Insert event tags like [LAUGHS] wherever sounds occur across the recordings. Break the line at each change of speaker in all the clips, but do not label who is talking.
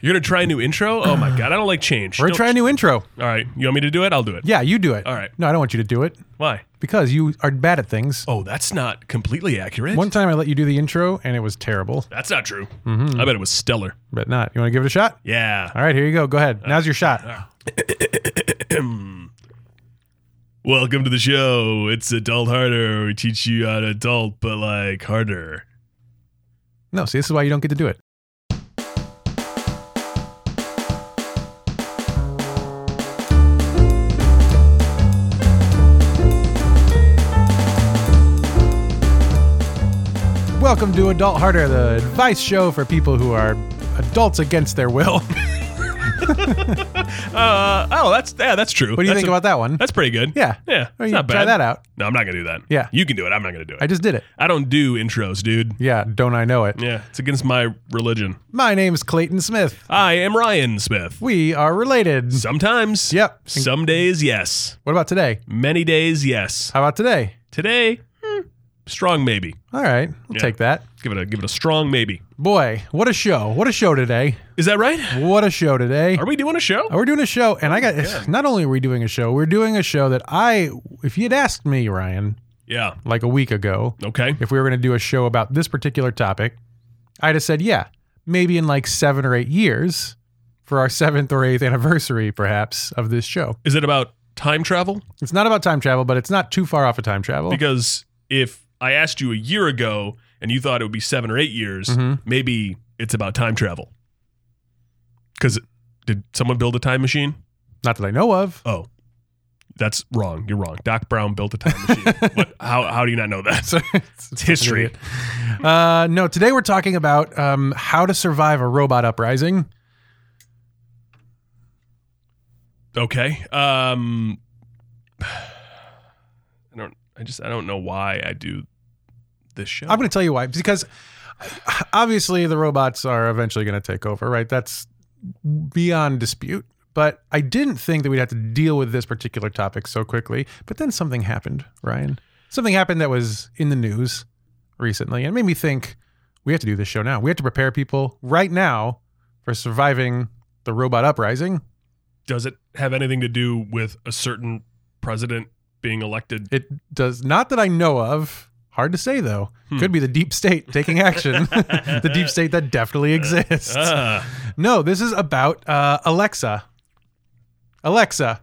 You're gonna try a new intro? Oh [SIGHS] my god, I don't like change.
We're
Don't-
trying a new intro.
All right, you want me to do it? I'll do it.
Yeah, you do it.
All right.
No, I don't want you to do it
Why?
because you are bad at things.
Oh, that's not completely accurate.
One time I let you do the intro and it was terrible, Mm-hmm.
that's not true. I bet it was stellar.
but not. You want to give it a shot?
Hmm. [CLEARS THROAT] Yeah.
All right, here you go. Go
Uh,
ahead. Now's your shot.
Welcome to the show. It's Adult Harder. We teach you how to adult, but like harder.
No, see, this is why you don't get to do it. Welcome to Adult Harder, the advice show for people who are adults against their will. [LAUGHS]
Uh, oh, that's yeah, that's true.
What do you
That's
think
a-
about that one?
That's pretty good.
Yeah.
Yeah.
Well,
it's
you
not bad.
try that out.
No, I'm not gonna do that.
Yeah.
You can do it. I'm not gonna do it.
I just did it.
I don't do intros, dude.
Yeah, don't I know it?
Yeah, it's against my religion.
My name's Clayton Smith.
I am Ryan Smith.
We are related.
Sometimes.
Yep.
Some days, yes.
What about today?
Many days, yes.
How about today?
Today, hmm, strong maybe.
All right, we'll
Yeah.
take that.
Give it a give it a strong maybe.
Boy, what a show. What a show today.
Is that right?
What a show today.
Are we doing a show?
We're doing a show, and I got not only are we doing a show, we're doing a show that I, if you'd asked me, Ryan,
Yeah.
like a week ago,
Okay.
if we were going to do a show about this particular topic, I'd have said, yeah, maybe in like seven or eight years for our seventh or eighth anniversary, perhaps, of this show.
Is it about time travel?
It's not about time travel, but it's not too far off of time travel.
Because if I asked you a year ago and you thought it would be 7 or 8 years,
Mhm.
maybe it's about time travel. Cuz did someone build a time machine?
not that I know of. [LAUGHS]
Oh. That's wrong. You're wrong. Doc Brown built a time machine. what how how do you not know that?
So it's,
It's history.
[LAUGHS] Uh, no, today we're talking about um, how to survive a robot uprising.
Okay. Um I don't I just I don't know why I do this show.
I'm going to tell you why. Because obviously the robots are eventually going to take over, right? That's beyond dispute. But I didn't think that we'd have to deal with this particular topic so quickly. But then something happened, Ryan. Something happened that was in the news recently and it made me think we have to do this show now. We have to prepare people right now for surviving the robot uprising.
does it have anything to do with a certain president being elected?
It does not that I know of. Hard to say though.
Hmm.
Could be the deep state taking action. [LAUGHS] the deep state that definitely exists.
Ah, [LAUGHS]
No, this is about uh, Alexa. Alexa,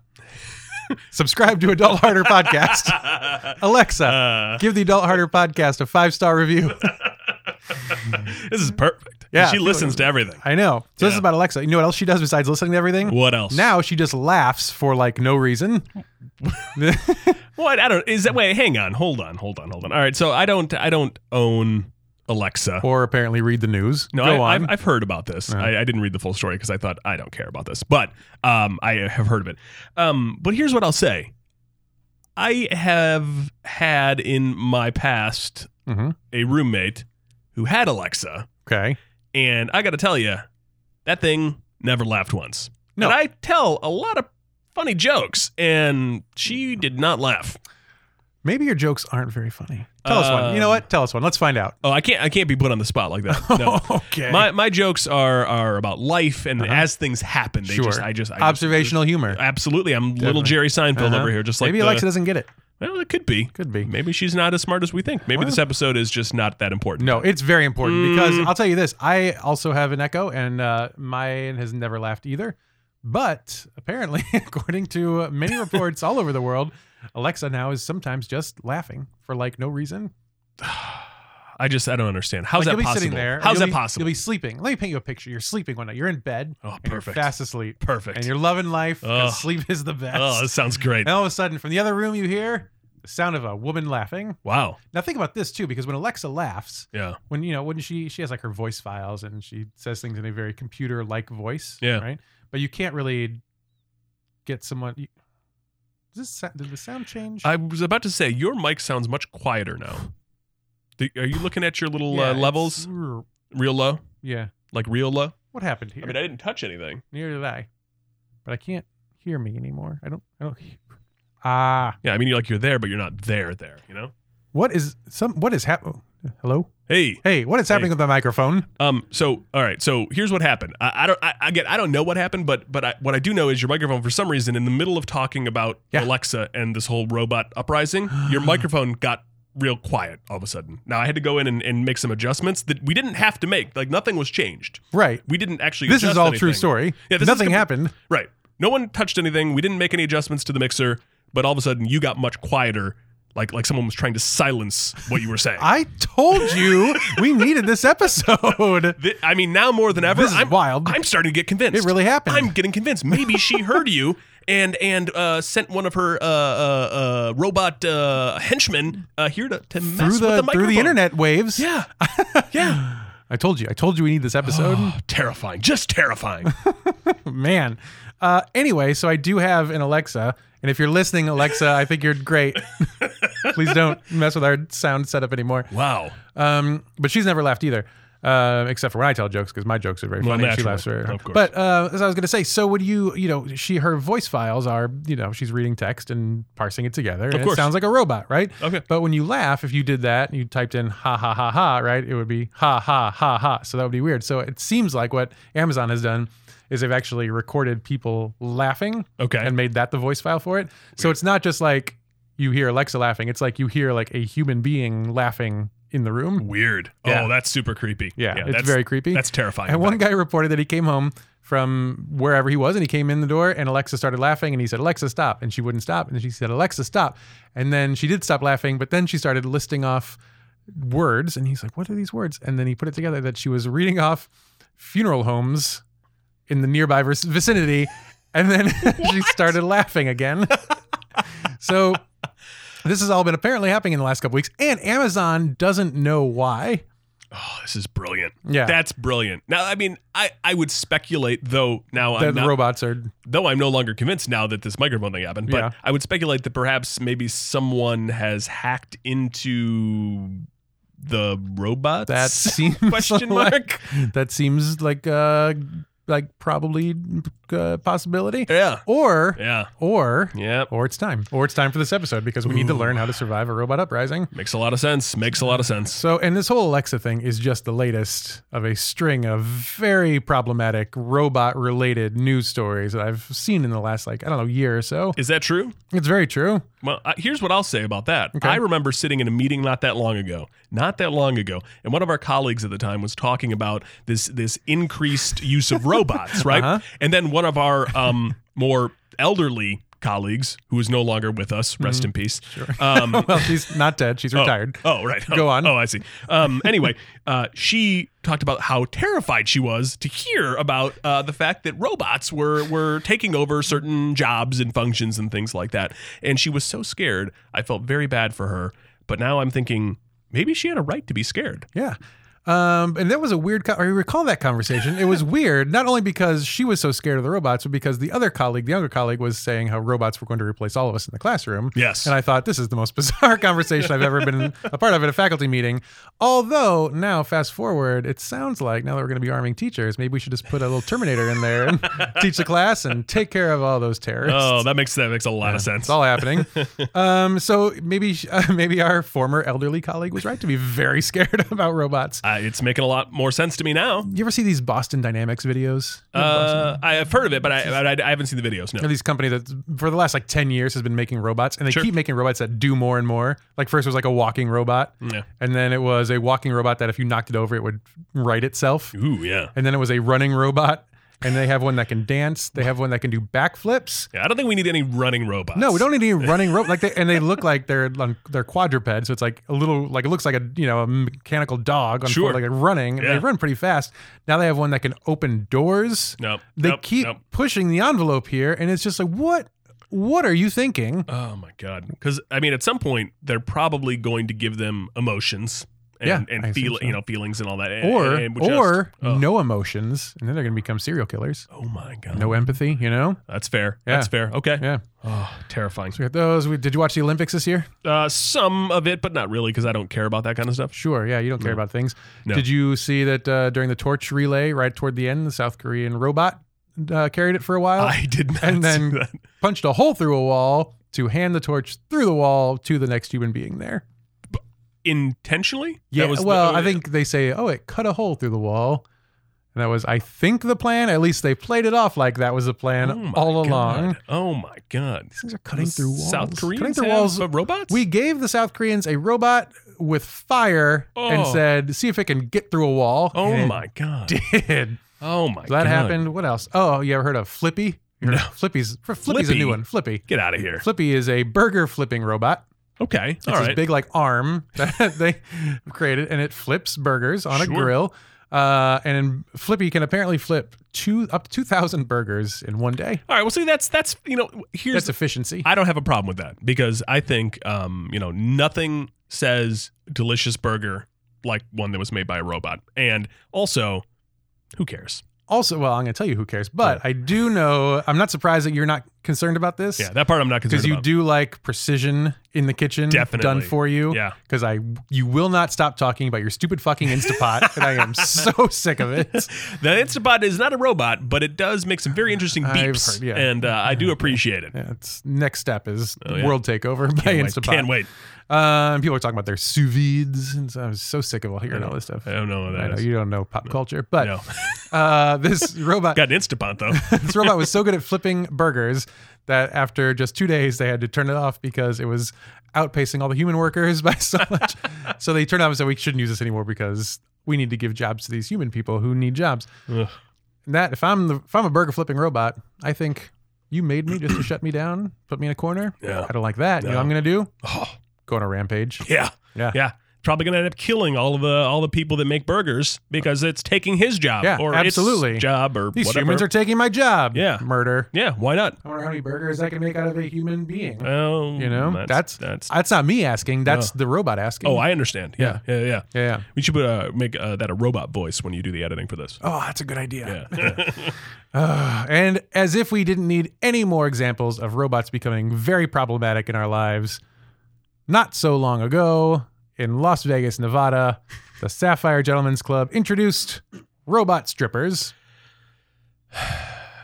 [LAUGHS] subscribe to Adult Harder Podcast. [LAUGHS] Alexa,
ah.
give the Adult Harder Podcast a five star review.
[LAUGHS] this is perfect.
Yeah.
she listens to everything.
I know. So this
Yeah.
is about Alexa. You know what else she does besides listening to everything?
What else?
Now she just laughs for like
[LAUGHS]
no reason.
what? I don't. Is that? Wait, hang on. Hold on. Hold on. Hold on. All right. So I don't. I don't own Alexa.
or apparently read the news.
No,
Go
I,
on.
I've, I've heard about this. I, I didn't read the full story because I thought I don't care about this, but um, I have heard of it. Um, but here's what I'll say: I have had in my past
Mhm.
a roommate who had Alexa,
Okay.
and I got to tell you, that thing never laughed once.
No.
And I tell a lot of funny jokes, and she did not laugh.
Maybe your jokes aren't very funny. Tell us one. You know
Um,
what? Tell us one. Let's find out.
Oh, I can't. I can't be put on the spot like that. No.
[LAUGHS] okay. Uh-huh.
My, my jokes are, are about life and as things happen, they
Sure.
just I just I just-
Observational humor.
Absolutely. I'm little Jerry Seinfeld
Uh-huh.
over here, just like
Maybe
the-
Alexa doesn't get it.
Well, it could be.
Could be.
Maybe she's not as smart as we think. Maybe this episode is just not that important.
No, it's very important because
Mm.
I'll tell you this. I also have an echo, and uh, mine has never laughed either. But apparently, [LAUGHS] according to many reports all over the world, Alexa now is sometimes just laughing for like no reason.
[SIGHS] I just I don't understand. How's
Like,
that
you'll
possible?
be sitting there.
How's
you'll
that
be-
possible?
You'll be sleeping. Let me paint you a picture. You're sleeping one night. You're in bed.
oh,
and you're
perfect.
fast asleep.
Perfect.
And you're loving life. 'cause
Ugh.
Sleep is the best.
[LAUGHS] oh, that sounds great.
and all of a sudden, from the other room, you hear the sound of a woman laughing.
Wow.
Now think about this too, because when Alexa laughs,
Yeah.
when you know when she she has like her voice files and she says things in a very computer like voice
Yeah.
right but you can't really get someone you, does this sa- did the sound change
I was about to say your mic sounds much quieter now. Do- Are you looking at your little
Yeah,
uh,
it's-
levels real low,
yeah
like real low?
what happened here
I mean, I didn't touch anything.
near did i but i can't hear me anymore i don't i don't hear. [LAUGHS] ah
Yeah, I mean, you're like you're there, but you're not there. There, you know.
what is some what is happening oh, hello
Hey.
Hey, what is happening with my microphone?
Um. So, all right. So here's what happened. I, I don't. I, again, I don't know what happened, but but I, what I do know is your microphone, for some reason, in the middle of talking about
Yeah.
Alexa and this whole robot uprising,
[GASPS]
your microphone got real quiet all of a sudden. Now I had to go in and, and make some adjustments that we didn't have to make. Like nothing was changed.
Right.
We didn't actually.
This is
adjust
all true
anything.
story.
Yeah, this is
Nothing
com-
happened.
Right. No one touched anything. We didn't make any adjustments to the mixer, but all of a sudden you got much quieter, like like someone was trying to silence what you were saying. I,
[LAUGHS] I told you we needed this
[LAUGHS]
episode.
I mean, now more than ever,
This is
I'm,
wild.
I'm starting to get convinced.
It really happened.
I'm getting convinced. Maybe
[LAUGHS]
she heard you and and uh, sent one of her uh, uh, uh, robot uh, henchmen uh, here to, to mess
through the,
with the
through
microphone.
the internet Um, waves.
Yeah, yeah.
I told you. I told you we need this episode.
Oh, terrifying, just
[LAUGHS]
terrifying. Oh.
Man. Uh, anyway, so I do have an Alexa, and if you're listening, Alexa, I think you're great. [LAUGHS] Please don't mess with our sound setup anymore.
Wow.
Um, but she's never laughed either, uh, except for when I tell jokes because my jokes are very
Well,
funny. She
naturally.
laughs very hard.
Of course.
But uh, as I was going to say, so would you? You know, she her voice files are you know she's reading text and parsing it together. and
course.
it sounds like a robot, right?
Okay.
But when you laugh, if you did that and you typed in ha ha ha ha, right, it would be ha ha ha ha. So that would be weird. So it seems like what Amazon has done is they've actually recorded people laughing
Okay.
and made that the voice file for it. So it's not just like you hear Alexa laughing, it's like you hear like a human being laughing in the room.
Weird.
[LAUGHS] Yeah.
Oh, that's super creepy.
Yeah, it's
that's
very creepy.
That's terrifying.
and one guy reported that he came home from wherever he was and he came in the door and Alexa started laughing and he said, Alexa, stop. And she wouldn't stop. And she said, Alexa, stop. And then she did stop laughing, but then she started listing off words and he's like, What are these words? And then he put it together that she was reading off funeral homes in the nearby vic- vicinity. And then [LAUGHS] she started laughing again. [LAUGHS] so this has all been apparently happening in the last couple weeks. And Amazon doesn't know why.
Oh, this is brilliant.
Yeah.
That's brilliant. Now, I mean, I, I would speculate though. Now
that
I'm
the
not,
robots are
though I'm no longer convinced now that this microphone thing happened. But
Yeah.
I would speculate that perhaps maybe someone has hacked into the robots. [LAUGHS]
That seems [LAUGHS]
question
like-
mark.
that seems like uh like probably uh, possibility.
Yeah.
Or
Yeah.
or
Yeah.
or it's time. Or it's time for this episode because we need to learn how to survive a robot uprising.
Makes a lot of sense. Makes a lot of sense.
So and this whole Alexa thing is just the latest of a string of very problematic robot related news stories that I've seen in the last like I don't know year or so.
Is that true?
It's very true.
Well, I, here's what I'll say about that. I remember sitting in a meeting not that long ago, not that long ago, and one of our colleagues at the time was talking about this this increased use of robots, right?
Uh-huh.
And then one of our um, more elderly colleagues, who is no longer with us, rest in peace. Um,
Well, she's not dead. She's retired.
[LAUGHS] Oh, right.
Go
Oh,
on.
Oh, I see. Um, anyway, uh, she talked about how terrified she was to hear about uh, the fact that robots were were taking over certain jobs and functions and things like that, and she was so scared. I felt very bad for her, but now I'm thinking maybe she had a right to be scared.
Yeah. Um, and that was a weird. Co- I recall that conversation. It
[LAUGHS]
was weird, not only because she was so scared of the robots, but because the other colleague, the younger colleague, was saying how robots were going to replace all of us in the classroom.
Yes.
And I thought this is the most [LAUGHS] bizarre conversation I've ever been a part of at a faculty meeting. Although now, fast forward, it sounds like now that we're going to be arming teachers, maybe we should just put a little Terminator in
[LAUGHS]
there and teach the class and take care of all those terrorists.
Oh, that makes that makes a lot of
It's
sense. [LAUGHS]
all happening. um, so maybe [LAUGHS] sh- maybe our former elderly colleague was right to be very scared [LAUGHS] about robots.
Uh, it's making a lot more sense to me now.
You ever see these Boston Dynamics videos? You know,
Uh, I have heard of it, but I, but I I haven't seen the videos.
They're
No.
these company that for the last like 10 years has been making robots and they
Sure.
keep making robots that do more and more. Like first it was like a walking robot
Yeah.
and then it was a walking robot that if you knocked it over it would right itself.
Ooh, yeah.
And then it was a running robot and they have one that can dance, they have one that can do backflips.
Yeah, I don't think we need any running robots.
No, we don't need any running rope. Like they and they
[LAUGHS]
look like they're on they're quadrupeds, so it's like a little like it looks like a you know a mechanical dog on
Sure.
four, like running. and They
Yeah.
run pretty fast. Now they have one that can open doors.
Nope,
they
nope,
keep
nope.
pushing the envelope here, and it's just like what what are you thinking?
Oh my god! Because I mean, at some point, they're probably going to give them emotions and,
Yeah, I
and
assume
feel
so.
you know feelings and all that. and-
Or
and just-
or
oh,
no emotions, and then they're gonna become serial killers.
oh my god,
No empathy, you know.
that's fair.
Yeah.
That's fair. Okay.
Yeah.
Oh, terrifying.
So we got those. We, did you watch the Olympics this year?
Uh, some of it, but not really, because I don't care about that kind of stuff.
Sure. Yeah, you don't care about things.
No.
Did you see that uh, during the torch relay, right toward the end, the South Korean robot uh, carried it for a while,
I did not.
and then-
see that.
punched a hole through a wall to hand the torch through the wall to the next human being there?
intentionally?
Yeah.
That was the-
well,
oh,
I
yeah.
think they say, oh, it cut a hole through the wall. And that was, I think, the plan. At least they played it off like that was the plan
Oh my
all
God.
along.
Oh my god!
These things are cutting through walls.
South Koreans
Cutting through
have,
walls.
uh, robots.
We gave the South Koreans a robot with fire and
Oh.
said, see if it can get through a wall.
oh
And it
my god!
[LAUGHS] Did.
Oh my
So that
god!
happened. What else? Oh, you ever heard of Flippy? You heard
No.
of Flippy's Flippy's a
Flippy?
new one. Flippy.
Get out of here.
Flippy is a burger flipping robot.
Okay.
It's
All
this
right.
big like arm [LAUGHS] that they created, and it flips burgers on a
Sure.
grill. Uh, and Flippy can apparently flip two up to two thousand burgers in one day.
All right. Well, see, that's that's you know here's
That's efficiency.
I don't have a problem with that because I think um, you know nothing says delicious burger like one that was made by a robot. And also, who cares?
also, well, I'm going to tell you who cares, but I do know. I'm not surprised that you're not concerned about this
Yeah, that part I'm not concerned
because you
about.
do like precision in the kitchen, done
Definitely.
for you.
Yeah.
Because I, you will not stop talking about your stupid fucking Instapot, and I
[LAUGHS]
am so sick of it.
The Instabot is not a robot, but it does make some very interesting
I've
beeps,
heard, yeah.
and uh, I do appreciate it.
Yeah, it's next step is
Oh, yeah.
world takeover by
Can't wait.
Instapot.
Can't wait.
Um, people are talking about their sous vides, and so I was so sick of all hearing
Yeah.
all this stuff.
I don't know what
I
that
know
is.
you don't know pop culture, but
No.
[LAUGHS] uh, this robot,
Got an Instapot
[LAUGHS]
though.
this robot was so good at flipping burgers that after just two days they had to turn it off because it was outpacing all the human workers by so [LAUGHS] much. so they turned it off and said we shouldn't use this anymore because we need to give jobs to these human people who need jobs.
Ugh.
And that if I'm the, if I'm a burger flipping robot, I think you made me just to shut me down, put me in a corner.
Yeah.
I don't like that. You know what I'm gonna do?
Oh,
Go on a rampage.
yeah.
Yeah.
Yeah. Probably gonna end up killing all of the all the people that make burgers because it's taking his job
Yeah,
or
absolutely.
its job or
These
whatever.
humans are taking my job.
Yeah.
Murder.
yeah, why not?
I wonder how many burgers I can make out of a human being.
Oh,
You know, that's-
that's that's.
That's not me asking. That's the robot asking.
oh, I understand. Yeah, yeah, yeah.
yeah, yeah.
We should uh, make uh, that a robot voice when you do the editing for this.
Oh, that's a good idea. [LAUGHS]
Yeah. [LAUGHS]
Ah, and as if we didn't need any more examples of robots becoming very problematic in our lives, not so long ago in Las Vegas, Nevada, the Sapphire Gentlemen's Club introduced robot strippers.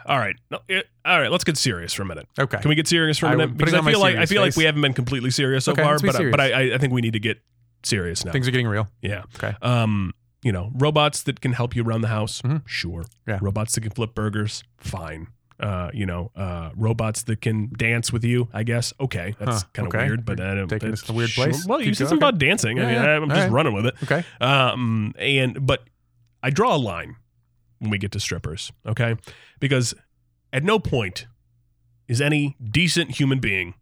all right, no, it- all right. Let's get serious for a minute.
Okay.
Can we get serious for a
I-
minute?
putting
Because I
on my
feel like I
serious
feel like
face.
we haven't been completely serious so
Okay,
far,
let's be
but I, but
serious.
I I think we need to get serious now.
Things are getting real.
yeah.
Okay.
Um, you know, robots that can help you around the house.
Mhm.
Sure.
Yeah.
Robots that can flip burgers. Fine. Uh, you know, uh, robots that can dance with you. I guess. Okay, that's
Huh,
kind of
okay.
weird, but I don't.
Taking this
that's
to a weird
sure.
place.
Well, you
Keep
said
going.
something about dancing. I
Yeah,
mean,
yeah.
I'm
All
just
right.
running with it.
Okay.
Um, and but I draw a line when we get to strippers, okay? Because at no point is any decent human being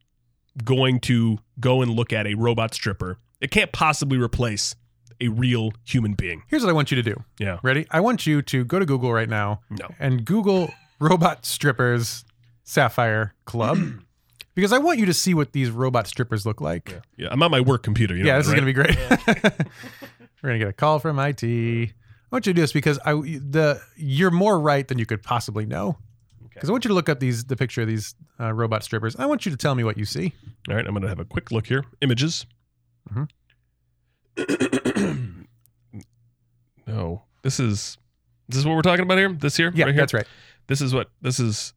going to go and look at a robot stripper. It can't possibly replace a real human being.
Here's what I want you to do.
Yeah.
Ready? I want you to go to Google right now
No.
and Google robot strippers Sapphire
[CLEARS THROAT]
Club because I want you to see what these robot strippers look like. Yeah,
Yeah, I'm on my work computer. You know
this
that,
is going to be great. [LAUGHS] We're going to get a call from IT. I want you to do this because I the you're more right than you could possibly know.
Okay.
Because I want you to look up these the picture of these uh, robot strippers. I want you to tell me what you see.
All right, I'm going to have a quick look here. Images.
Mhm.
[CLEARS THROAT] no, this is this is what we're talking about here. This here,
Yeah,
right here.
that's right.
This is what this is.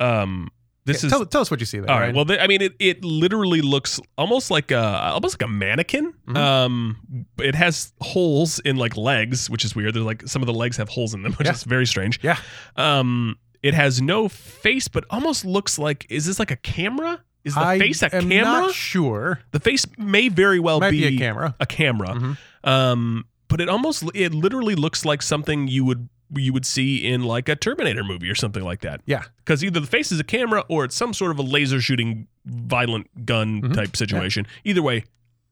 Um, this
Yeah,
is
tell, tell us what you see there.
all right. Well, they, I mean, it, it literally looks almost like a almost like a mannequin.
Mhm.
Um, it has holes in like legs, which is weird. There's like some of the legs have holes in them, [LAUGHS] which
Yeah.
is very strange.
Yeah.
Um, it has no face, but almost looks like is this like a camera? Is the
I
face a
am
camera?
not sure.
the face may very well
Might
be,
be, a camera.
a camera.
Mhm.
Um, but it almost it literally looks like something you would you would see in like a Terminator movie or something like that.
Yeah.
because either the face is a camera or it's some sort of a laser shooting violent gun
Mhm.
type situation. Either way,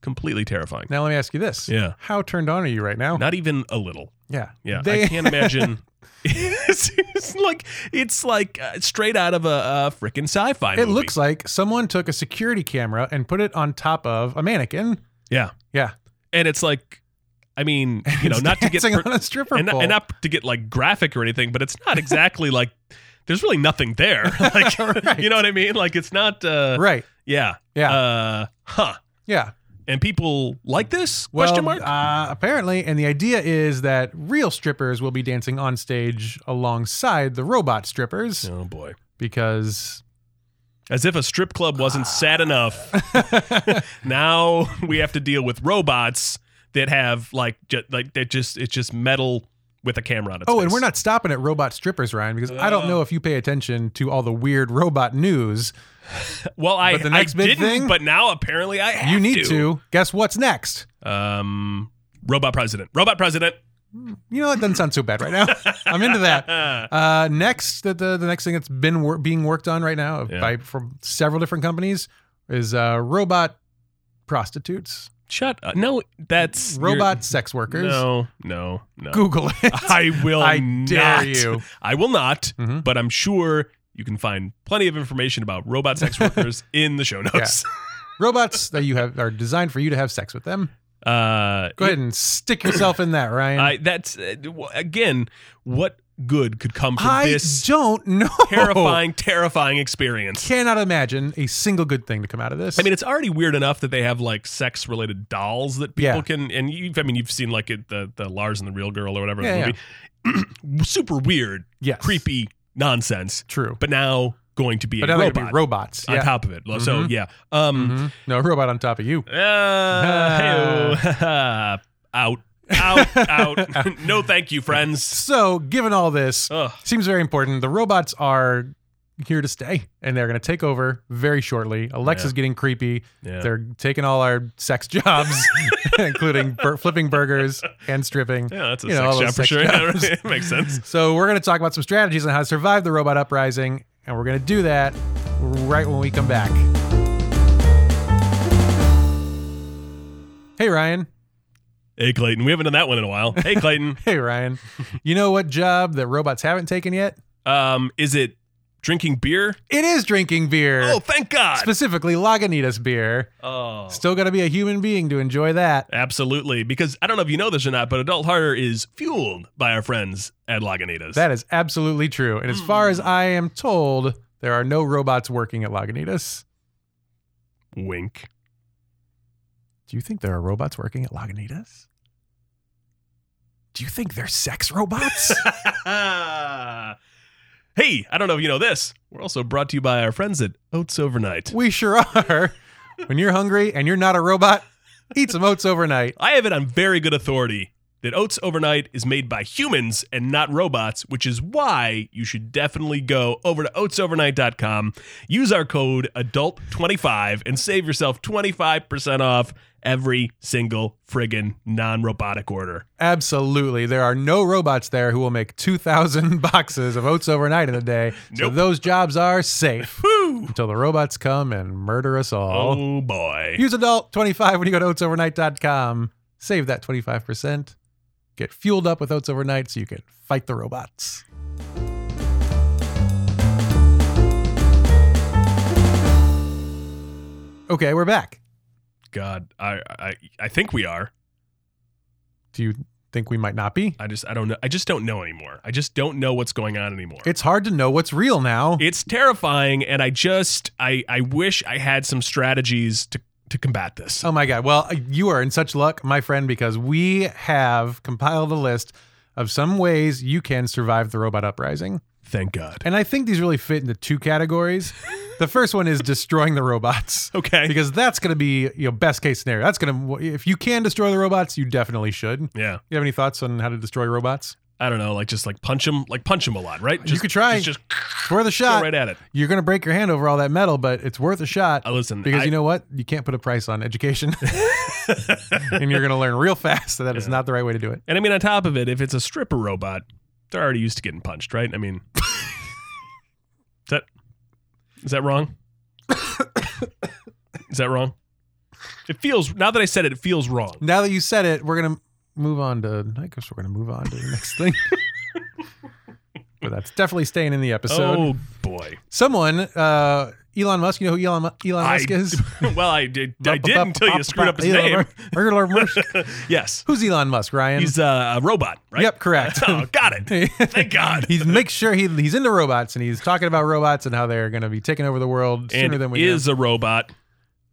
completely terrifying.
Now let me ask you this.
Yeah,
How turned on are you right now?
not even a little.
Yeah.
Yeah,
They-
I can't
[LAUGHS]
imagine. [LAUGHS] it's, it's like it's like uh, straight out of a, uh freaking sci-fi.
It
movie.
looks like someone took a security camera and put it on top of a mannequin.
yeah,
Yeah.
and it's like, I
[LAUGHS]
mean, you know, not to get
dancing
per-
on a stripper
and,
pole.
and not to get like graphic or anything, but it's not
[LAUGHS]
exactly like there's really nothing there. [LAUGHS] Like,
Right.
you know what I mean? Like, it's not. Uh,
right.
Yeah.
Yeah.
Uh, huh.
yeah.
And people like this?
Well,
question mark.
Uh, apparently, and the idea is that real strippers will be dancing on stage alongside the robot strippers
[LAUGHS] oh boy.
because [LAUGHS]
As if a strip club
Ah.
wasn't sad enough. now we have to deal with robots that have like ju- like that just it's just metal with a camera on its
Oh, and
face.
we're not stopping at robot strippers, Ryan, because I
Uh.
don't know if you pay attention to all the weird robot news.
[LAUGHS] Well, I,
but the next
I
big
didn't,
thing-
but now apparently I have
You need to. Guess what's next?
Um, robot president. Robot president.
You know, it doesn't sound so bad
[LAUGHS]
right now. I'm into that.
Uh,
Uh, next, the, the the next thing that's been wor- being worked on right now
Yeah.
by from several different companies is uh, robot prostitutes,
shut up. No, that's you're-
robot sex workers.
No, no, no.
Google it.
[LAUGHS] I will
I
not.
dare you.
I will not,
Mhm.
but I'm sure you can find plenty of information about robot
[LAUGHS]
sex workers in the show notes.
Robots that you have are designed for you to have sex with them.
Uh,
Go ahead and stick yourself in that, Ryan.
I, that's uh, w- again, what good could come from
I
this
don't [LAUGHS] know.
terrifying, terrifying experience?
Cannot imagine a single good thing to come out of this.
I mean, it's already weird enough that they have like sex related dolls that people
Yeah.
can, and you, I mean, you've seen like it, the the Lars and the Real Girl or whatever
Yeah,
the movie. [CLEARS THROAT] Super weird,
yes,
creepy nonsense,
True,
but now going to be
but
a
now they're
robot
gonna be robots.
on
Yeah.
top of it. So
Mhm.
yeah, um,
Mhm. No, a robot on top of you. Mm-hmm.
Uh, [LAUGHS] hey-oh. out, out,
[LAUGHS]
out. [LAUGHS] no, thank you, friends.
So, given all this,
Ugh.
seems very important. The robots are here to stay, and they're going to take over very shortly. Alexa's getting creepy.
Yeah.
They're taking all our
[LAUGHS]
sex [LAUGHS] jobs, including bur- flipping burgers and stripping.
yeah, that's a
you know, all
sex
those
job for
sex
sure. [LAUGHS] Yeah,
jobs.
right. makes sense.
So, we're going to talk about some strategies on how to survive the robot uprising, and we're going to do that right when we come back. Hey, Ryan.
Hey, Clayton, we haven't done that one in a
[LAUGHS]
while. Hey, Clayton,
Hey,
[LAUGHS]
Ryan. You know what job that robots haven't taken yet?
um, is it drinking beer?
It is drinking beer.
Oh, thank God.
Specifically, Lagunitas beer.
oh.
Still got to be a human being to enjoy that.
Absolutely, because I don't know if you know this or not, but Adult Harder is fueled by our friends at Lagunitas.
That is absolutely true. And as far as I am told, there are no robots working at Lagunitas.
Wink.
Do you think there are robots working at Lagunitas? Do you think they're
[LAUGHS]
sex robots?
hey, I don't know if you know this. We're also brought to you by our friends at Oats Overnight.
we sure are. When you're hungry and you're not a robot, eat some oats overnight.
I have it on very good authority that Oats Overnight is made by humans and not robots, which is why you should definitely go over to oatsovernight.com, use our code ADULT25, and save yourself 25% off every single friggin' non robotic order.
Absolutely. There are no robots there who will make 2,000 [LAUGHS] boxes of oats overnight in a day. So
Nope.
those jobs are safe
Whew!
until the robots come and murder us all.
Oh boy.
Use adult 25 when you go to oatsovernight.com. Save that 25%. Get fueled up with Oats Overnight so you can fight the robots. Okay, we're back.
God, I, I I think we are.
Do you think we might not be?
I just I don't know. I just don't know anymore. I just don't know what's going on anymore.
It's hard to know what's real now.
it's terrifying and I just I I wish I had some strategies to to combat this.
Oh my God. Well, you are in such luck, my friend, because we have compiled a list of some ways you can survive the robot uprising.
Thank God.
And I think these really fit into two categories. The first one is destroying the robots.
Okay.
Because that's going to be your best case scenario. That's going to if you can destroy the robots, you definitely should. You
yeah.
have any thoughts on how to destroy robots?
I don't know, like just like punch him, like punch him a lot, right? Just,
could try.
Just, just
It's worth a
go
shot.
right at it.
You're going to break your hand over all that metal, but it's worth a shot
Uh, listen,
because
I,
you know what? You can't put a price on education, [LAUGHS] and you're going to learn real fast that that is
Yeah.
not the right way to do it.
[LAUGHS] and I mean on top of it, if it's a stripper robot, they're already used to getting punched, right? I
[LAUGHS]
mean, is that is that wrong?
[COUGHS]
is that wrong? It feels now that I said it, it feels wrong.
Now that you said it, we're going to move on to. I guess we're going to move on to the next thing. [LAUGHS] But that's definitely staying in the episode.
oh boy!
Someone, uh, Elon Musk. You know who Elon Mu- Elon Musk is?
I, [LAUGHS] well, I did. I did until you screwed up his
Elon [LAUGHS]
name.
Mu-
[LAUGHS]
Elon Musk.
yes,
Who's Elon Musk, Ryan?
he's uh, a robot, right?
Yep, correct.
[LAUGHS] Oh, got
[LAUGHS]
it. Thank God.
he makes sure he, he's into robots and he's talking about robots and how they're going to be taking over the world sooner
and
than we
is
do.
a robot.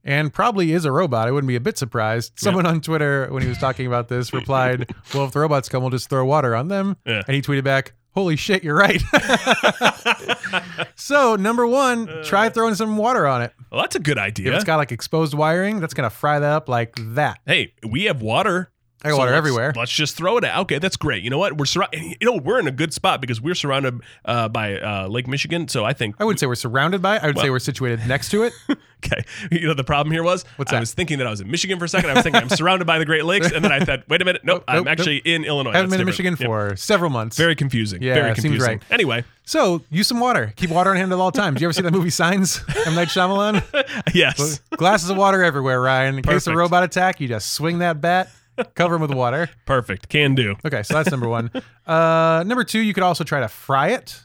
And probably is a robot. I wouldn't be a bit surprised. Someone
[LAUGHS]
on Twitter, when he was talking about this, replied, Well, if the robots come, we'll just throw water on them.
Yeah.
And he tweeted back, Holy shit,
[LAUGHS]
you're right. [LAUGHS] so, number one,
Uh,
try throwing some water on it.
Well, that's a good
If
idea.
it's got like exposed wiring, that's going to fry that up like that.
hey, we have water.
I got water
let's-
everywhere.
Let's just throw it out. Okay, that's great. You know what? We're surrounded. You know we're in a good spot because we're surrounded uh, by uh, Lake Michigan. So I think
I wouldn't say we're surrounded by it. I would say
Well-
we're situated next to it.
[LAUGHS] okay. [LAUGHS] You know the problem here was
What's
I
that?
was thinking that I was in Michigan for a second. I was thinking I'm [LAUGHS] surrounded by the Great Lakes, and then I thought, wait a minute, nope,
Nope, nope,
I'm actually in Illinois.
I haven't
That's
been in
different.
Michigan
Yep.
for several months.
Very confusing.
Yeah,
Very
seems
confusing.
right.
Anyway,
so, use some water. Keep water on hand at all times. You ever see that movie Signs? M. Night
[LAUGHS]
Shyamalan?
yes.
Glasses of water everywhere, Ryan. In case of
Perfect. robot
robot attack, you just swing that bat, cover him with water.
Perfect. Can do.
Okay, so that's number one. Uh, number two, you could also try to fry it,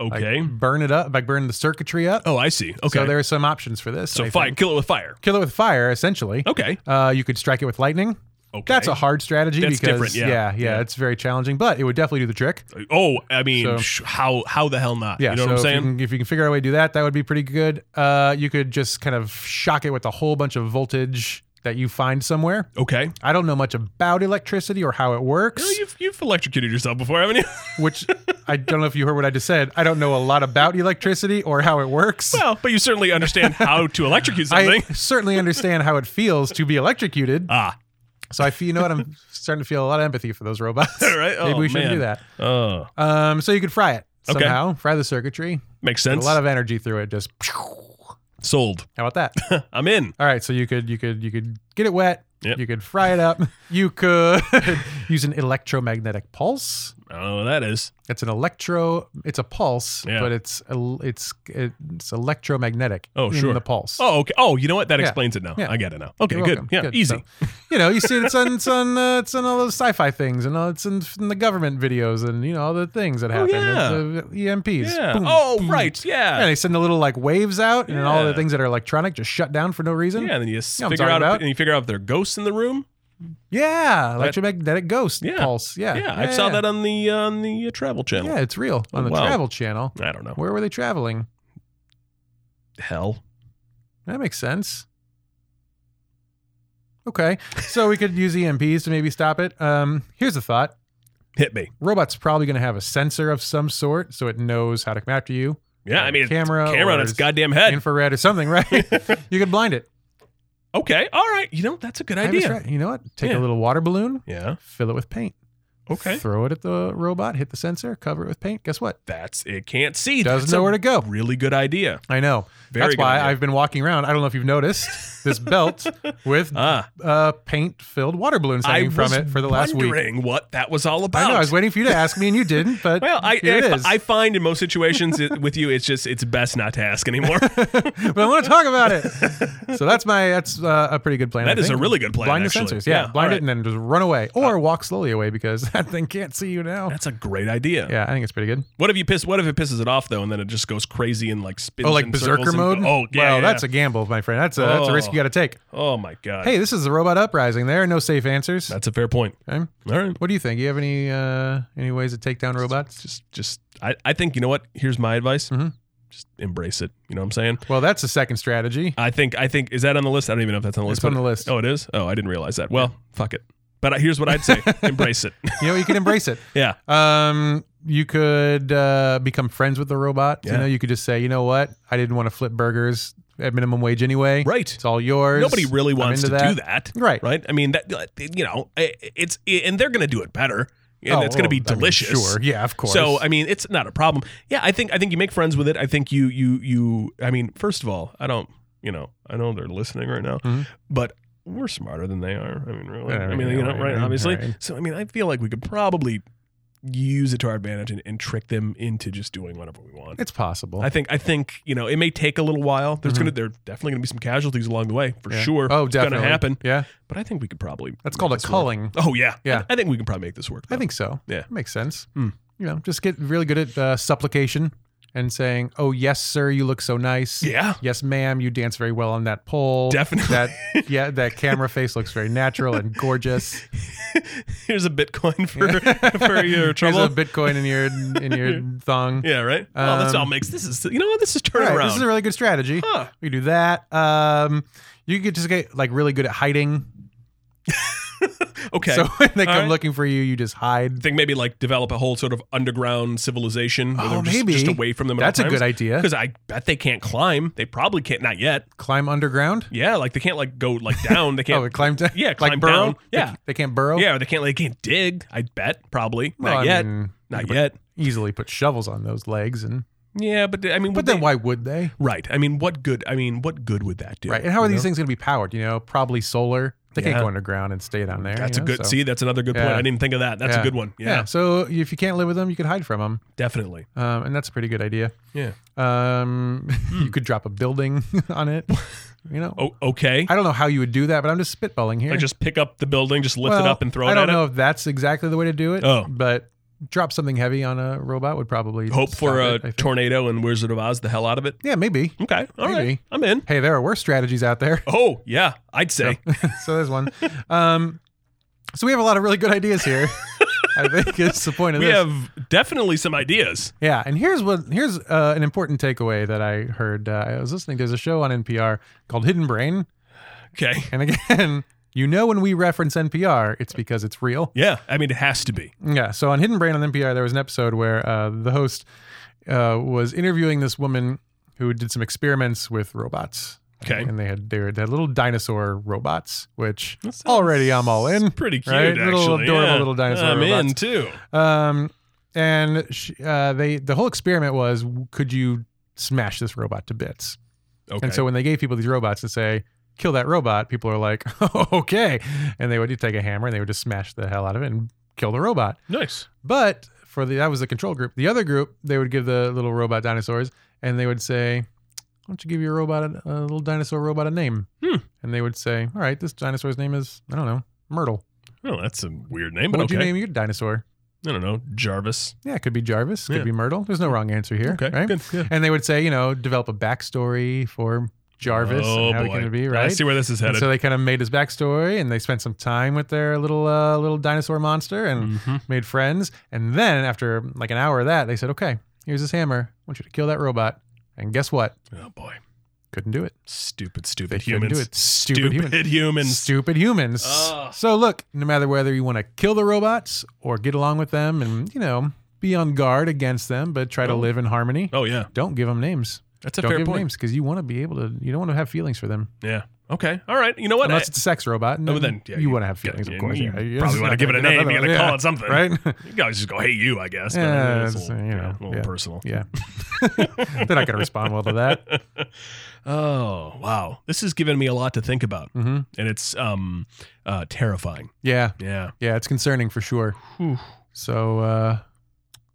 like
Okay.
burn it up, like burn the circuitry up.
oh, I see. Okay.
So
So,
there are some options for this. I
fire,
think.
kill it with fire.
kill it with fire, essentially.
Okay.
Uh, you could strike it with lightning.
Okay.
That's a hard strategy
That's
because
different, yeah.
yeah. Yeah,
Yeah.
it's very challenging, but it would definitely do the trick.
Oh, I mean,
So-
sh- how how the hell not?
Yeah,
you know
so
what I'm
if
saying?
can, if you can figure out a way to do that, that would be pretty good. Uh, you could just kind of shock it with a whole bunch of voltage that you find somewhere.
okay.
I don't know much about electricity or how it
[LAUGHS]
works,
You know, you've, you've electrocuted yourself before, haven't you? [LAUGHS]
which I don't know if you heard what I just said. I don't know a lot about electricity or how it works.
well, but you certainly
[LAUGHS]
understand how to electrocute
I
something.
[LAUGHS] certainly understand how it feels to be
[LAUGHS]
electrocuted.
ah.
So I feel, you know what, I'm starting to feel a lot of empathy for those
[LAUGHS]
robots.
All right.
Maybe
Oh,
we shouldn't
man.
do that.
Oh,
Um, so you could fry it
Okay.
somehow, fry the circuitry.
makes
A
sense.
lot of energy through it. Just [LAUGHS]
Sold. [LAUGHS]
how about that?
I'm in.
All right, so you could you could you could get it wet.
Yep.
You could fry it up. [LAUGHS] You could [LAUGHS] use an electromagnetic pulse.
I don't know what Oh, that is.
It's an electro. It's a pulse,
Yeah.
but it's el- it's it's electromagnetic.
Oh,
in
sure.
The pulse.
Oh, okay. Oh, you know what? That
Yeah.
explains it now.
Yeah.
I get it now. Okay,
You're
good.
welcome.
Yeah, easy.
So, you know, you see it, it's on it's on uh, it's on all those sci-fi things and all, it's in, in the government videos and you know all the things that happen.
Oh, yeah.
It's, uh, EMPs.
yeah.
Boom,
oh,
boom.
right. Yeah.
And
Yeah.
they send the little like waves out, and all the
Yeah.
things that are electronic just shut down for no reason.
and then you just
You know what I'm
figure
talking
out
about.
and you figure out if there are ghosts in the room.
Yeah, electromagnetic ghost
Yeah.
pulse. Yeah,
Yeah, I saw that on the on the uh, travel channel.
Yeah, it's real on the
Wow.
Travel Channel.
I don't know.
Where were they traveling?
Hell.
That makes sense. Okay, so we could use EMPs to maybe stop it. Um, here's a thought:
Hit me.
robot's probably going to have a sensor of some sort, so it knows how to come after you.
Yeah, I
Like
mean,
camera
camera, camera on
or
its
s-
goddamn head.
Infrared or something, right?
[LAUGHS]
you could blind it.
okay, all right. You know, that's a good
I have a
idea.
strat- You know what? Take
Yeah.
a little water balloon,
Yeah.
fill it with paint.
Okay.
Throw it at the robot, hit the sensor, cover it with paint. Guess what?
That's it. Can't see.
Doesn't
That's
know
a
where to go.
Really good idea.
I know.
Very
That's
good
why
idea.
I've been walking around. I don't know if you've noticed
[LAUGHS]
this belt with
Ah,
uh, paint-filled water balloons
I was
hanging from it for the last week.
wondering what that was all about.
I know. I was waiting for you to ask me, and
[LAUGHS]
you didn't. But
well, I,
here it
I, [LAUGHS]
is.
I find in most situations it, with you, it's just it's best not to ask
[LAUGHS]
anymore.
but
[LAUGHS]
I want to talk about it. So that's my that's uh, a pretty good plan.
That
I
is a
think.
really good plan.
blind
actually. Uh,
the sensors. Yeah, blind
all
it
right.
and then just run away or walk slowly away because [LAUGHS] that thing can't see you now.
That's a great idea.
Yeah, I think it's pretty good.
What if you piss? What if it pisses it off though, and then it just goes crazy and like spins?
Oh, like
in
berserker
circles and-
mode.
oh, yeah.
Well,
yeah,
that's a
yeah.
gamble, my friend. That's a that's a risk you got to take.
Oh my god.
Hey, this is the robot uprising. There are no safe answers.
that's a fair point.
Okay.
All right.
What do you think? You have any uh any ways to take down robots?
Just, just. I, I think you know what. Here's my advice.
Mhm.
Just embrace it. You know what I'm saying?
Well, that's the second strategy.
I think. I think. Is that on the list? I don't even know if that's on the list.
It's on
but-
the list.
Oh, Uh, it is. Oh, I didn't realize that. Well, fuck it. But uh, here's what I'd
[LAUGHS]
say: embrace it. [LAUGHS]
You know, you can embrace it. [LAUGHS]
Yeah.
Um, you could uh, become friends with the robot.
Yeah.
You know, you could just say, you know what, I didn't want to flip burgers at minimum wage anyway.
Right.
It's all yours.
Nobody really
I'm
wants to
into
do that.
Right.
Right. I mean, that you know, i- it's and they're gonna do it better, and
Oh,
it's gonna be
well, I mean,
delicious.
sure. Yeah, of course.
So I mean, it's not a problem. Yeah, I think I think you make friends with it. I think you you you. I mean, first of all, I don't. You know, I know they're listening right now,
Mhm.
but we're smarter than they are. I mean, really.
Yeah,
I mean,
yeah,
you know,
yeah,
right?
yeah,
Obviously.
right.
So I mean, I feel like we could probably use it to our advantage and, and trick them into just doing whatever we want.
it's possible.
I think I think you know it may take a little while. There's gonna there are definitely gonna be some casualties along the way for
Mm-hmm. Yeah.
sure.
Oh,
it's
definitely.
gonna happen.
Yeah.
But I think we could probably
That's
make
called a
this work.
culling.
Oh yeah,
Yeah.
I, I think we can probably make this work.
I think so.
Yeah.
Makes sense.
Hmm.
You know, just get really good at uh, supplication and saying, oh, yes, sir, you look so nice.
Yeah,
Yes, ma'am, you dance very well on that pole.
definitely.
That yeah, that camera face looks very natural and gorgeous.
Here's a Bitcoin [LAUGHS] for [LAUGHS] for your trouble.
Here's a Bitcoin in your in
[LAUGHS]
your thong.
yeah, right. oh, this
Um,
all makes this is you know what this is
All
turning
right,
around.
this is a really good strategy.
Huh.
We do that. Um, you could just get like really good at hiding.
Okay.
So when they
All
come
right.
looking for you, you just hide.
think maybe like develop a whole sort of underground civilization where
Oh,
they're just,
maybe.
just away from them.
That's a good idea.
Because I bet they can't climb. They probably can't. Not yet.
Climb underground.
Yeah, like they can't like go
[LAUGHS]
like down. They
Oh,
can't.
they climb down.
Yeah,
[LAUGHS] like
climb
burrow.
down. Yeah.
they, they can't burrow.
yeah, or they can't like they can't dig. I bet probably
Well,
not
I
yet.
mean, you
not
could put-
yet.
Easily put shovels on those legs, and
Yeah, but I mean,
but
would
then
they-
why would they?
Right. I mean, what good? I mean, what good would that do?
Right. And how are
you
these
know?
things going to be powered? You know, probably solar. They
Yeah.
can't go underground and stay down there.
That's
you
a
know,
good.
so-
See, that's another good point.
Yeah.
I didn't think of that. That's a
Yeah.
good one. Yeah,
Yeah. So if you can't live with them, you could hide from them,
definitely.
um, and that's a pretty good idea.
Yeah.
Um, [LAUGHS] you could drop a building [LAUGHS] on it. You know,
Hmm. [LAUGHS] Oh, okay.
I don't know how you would do that, but I'm just spitballing here.
I just pick up the building, just lift it
Well,
up, and throw
I
it
don't
at
know
it.
if that's exactly the way to do it.
Oh.
but drop something heavy on a robot would probably
Hope
stop
for
it,
a
I think.
tornado and Wizard of Oz the hell out of it.
yeah, maybe.
Okay. all right.
Maybe.
I'm in.
Hey, there are worse strategies out there.
Oh, yeah. I'd say.
so [LAUGHS] there's one. Um, so we have a lot of really good ideas here. I think it's the point of
we
this.
have definitely some ideas.
Yeah, and here's what here's uh, an important takeaway that I heard. Uh, I was listening. There's a show on NPR called Hidden Brain,
Okay.
and again, [LAUGHS] you know when we reference NPR, it's because it's real.
Yeah. I mean, it has to be.
Yeah. So on Hidden Brain on NPR, there was an episode where uh, the host uh, was interviewing this woman who did some experiments with robots.
Okay.
And they had they, were, they had little dinosaur robots, which
That sounds
already I'm all in.
Pretty cute,
right?
actually.
Little adorable
yeah.
little dinosaur
I'm
robots.
in too.
Um, and sh uh, they the whole experiment was could you smash this robot to bits?
Okay.
And so when they gave people these robots to say, kill that robot, people are like, [LAUGHS] okay. And they would you take a hammer and they would just smash the hell out of it and kill the robot.
nice.
But for the that was the control group. The other group, they would give the little robot dinosaurs and they would say, Why don't you give your robot a, a little dinosaur robot a name?
Hmm.
And they would say, All right, this dinosaur's name is, I don't know, Myrtle.
Well, Oh, that's a weird name, but
What would
okay.
you name your dinosaur?
I don't know. Jarvis.
Yeah, it could be Jarvis, could
Yeah.
be Myrtle. There's no wrong answer here.
Okay.
Right?
Good. Yeah.
And they would say, you know, develop a backstory for Jarvis
Oh,
and how he
boy.
can be,
I
right?
see where this is
And
headed.
so they kind of made his backstory, and they spent some time with their little uh, little dinosaur monster, and
Mhm.
made friends. And then after like an hour of that, they said, "Okay, here's this hammer. I want you to kill that robot." And guess what?
Oh, boy.
Couldn't do it.
Stupid,
They
stupid
couldn't
humans.
do it. Stupid,
Stupid
humans.
humans.
Stupid humans.
Ugh.
So look, no matter whether you want to kill the robots or get along with them, and you know, be on guard against them, but try to
Oh.
live in harmony.
Oh, yeah.
Don't give them names.
That's a
don't
fair
give them
point.
names because you want to be able to. You don't want to have feelings for them
Yeah. Okay. All right. You know what? I-
unless it's a sex robot. And
Oh,
then
then, yeah,
you,
you
want to have feelings,
yeah,
of course.
you
yeah. You're
probably want
just
to
not
give it a
gonna get
name. You got
another
to
one.
call it something.
yeah. right. [LAUGHS]
You guys just go, hey, you, I guess. But
Yeah,
I mean, it's a
it's,
little,
you
yeah,
know,
a little
yeah.
personal. [LAUGHS]
Yeah. [LAUGHS] They're not going to respond well to that.
oh, wow. This has given me a lot to think about.
hmm
And it's um uh terrifying.
Yeah.
Yeah.
Yeah. It's concerning for sure.
Whew.
So, uh,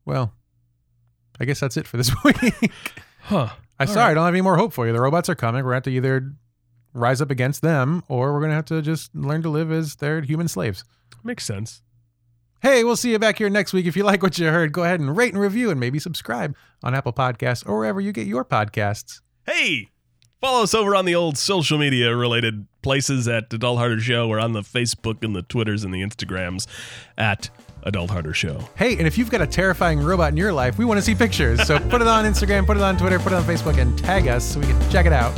well, I guess that's it for this [LAUGHS] week.
Huh.
I'm
All
sorry.
right.
I don't have any more hope for you. The robots are coming. We're going to have to either rise up against them or we're going to have to just learn to live as their human slaves.
Makes sense.
Hey, we'll see you back here next week. If you [LAUGHS] like what you heard, go ahead and rate and review and maybe subscribe on Apple Podcasts or wherever you get your podcasts.
Hey, follow us over on the old social media related places at Adult Harder Show. We're on the Facebook and the Twitters and the Instagrams at Adult Harder Show.
Hey, and if you've got a terrifying robot in your life, we want to see pictures. So [LAUGHS] put it on Instagram, put it on Twitter, put it on Facebook, and tag us so we can check it out.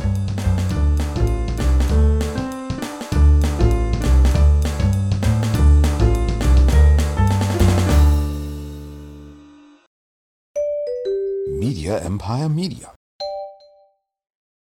Media Empire Media.